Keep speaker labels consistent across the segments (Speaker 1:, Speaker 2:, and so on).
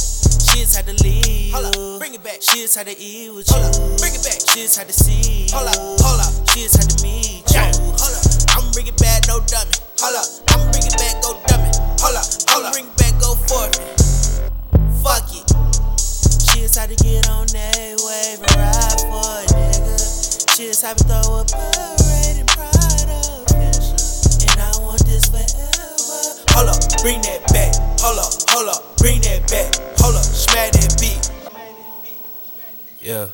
Speaker 1: She's had to leave.
Speaker 2: Hold up,
Speaker 1: you.
Speaker 2: bring it back.
Speaker 1: She's had to eat with
Speaker 2: Hold up,
Speaker 1: you.
Speaker 2: bring it back.
Speaker 1: She's had to see.
Speaker 2: Hold up,
Speaker 1: you.
Speaker 2: hold up.
Speaker 1: She's had to meet you.
Speaker 2: Yeah, hold up.
Speaker 1: I'm bringing back no dummy.
Speaker 2: Hold up,
Speaker 1: I'm bringing back go dummy.
Speaker 2: hold up, hold
Speaker 1: I'm
Speaker 2: up.
Speaker 1: bringing back go forfeit. Fuck it. She just had to get on that wave and ride for a nigga. She just had to throw a parade and pride of And I want this forever.
Speaker 2: Hold up, bring that back. Hold up, hold up, bring that back. Hold up, smash that beat.
Speaker 1: Yeah.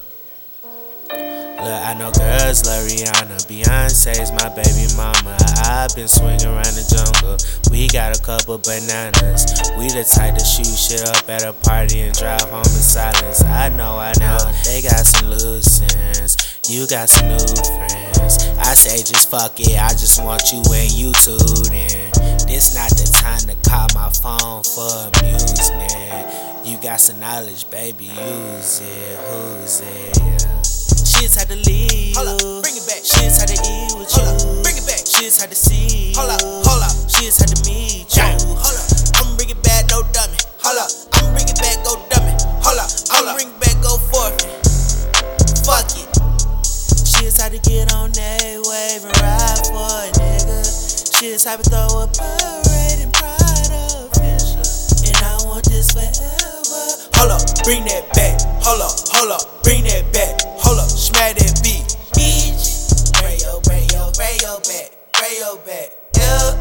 Speaker 1: Look, I know girls like Rihanna, Beyonce's my baby mama. I've been swinging around the jungle. We got a couple bananas. We the type to shoot shit up at a party and drive home in silence. I know, I know. They got some loose ends. You got some new friends. I say just fuck it. I just want you and you tuned in. This not the time to call my phone for amusement. You got some knowledge, baby. Use it. Who's it? She's had to leave.
Speaker 2: Hold up,
Speaker 1: you.
Speaker 2: bring it back.
Speaker 1: She's had to eat with
Speaker 2: Hold
Speaker 1: you.
Speaker 2: up, bring it back.
Speaker 1: She's had to see.
Speaker 2: Hold up,
Speaker 1: you.
Speaker 2: hold up.
Speaker 1: She's had to meet you.
Speaker 2: Yeah, hold up.
Speaker 1: I'm bringing back no dummy.
Speaker 2: Hold up,
Speaker 1: I'm bringing back go dummy.
Speaker 2: hold up, hold
Speaker 1: I'm
Speaker 2: up.
Speaker 1: bringing back go forfeit. Fuck it. She just had to get on that wave and ride for a nigga. She just had to throw a parade and pride of And I want this forever.
Speaker 2: Hold up, bring that back. Hold up, hold up, bring that back. Hold up, smash that beat.
Speaker 1: Bitch.
Speaker 2: Bring your, bring your, bring your back, bring your back. Yeah,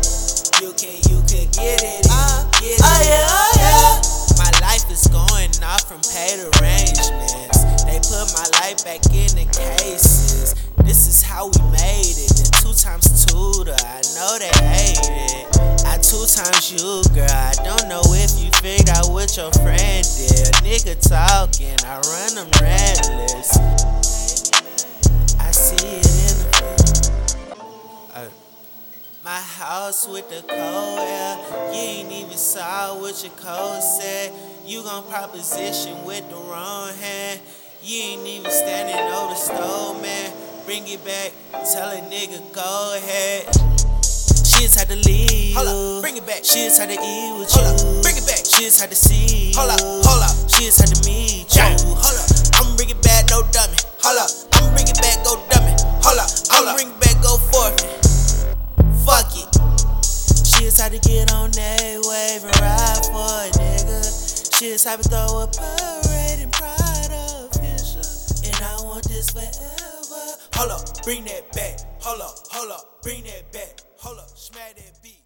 Speaker 2: you can, you can get it.
Speaker 1: Ah,
Speaker 2: get
Speaker 1: ah, yeah, ah, yeah.
Speaker 2: it.
Speaker 1: My life is going off from paid arrangements. They put my life back in the cases. This is how we made it. The two times two, the I know they hate it. I two times you, girl. I don't know if you figured out what your friend did. Nigga talking, I run them reckless. I see it in the Uh, my house with the cold air. You ain't even saw what your code said. You gon' proposition with the wrong hand. You ain't even standing over the stove, man. Bring it back, tell a nigga go ahead. She just had to leave.
Speaker 2: Hold up,
Speaker 1: you.
Speaker 2: bring it back.
Speaker 1: She just had to eat with
Speaker 2: Hold up,
Speaker 1: you.
Speaker 2: bring it back.
Speaker 1: She just had to see.
Speaker 2: Hold up,
Speaker 1: you.
Speaker 2: hold up.
Speaker 1: She just had to meet
Speaker 2: Yeah,
Speaker 1: you.
Speaker 2: hold up.
Speaker 1: I'm bringing back no dummy.
Speaker 2: Hold up,
Speaker 1: I'm bringing back go dummy.
Speaker 2: hold up, hold
Speaker 1: I'm
Speaker 2: up.
Speaker 1: bringing back go forfeit. Fuck it. She just had to get on that wave and ride for a nigga. She just had to throw a parade and pride of And I want this forever.
Speaker 2: Hold up, bring that back. Hold up, hold up, bring that back. Hold up, smash that beat.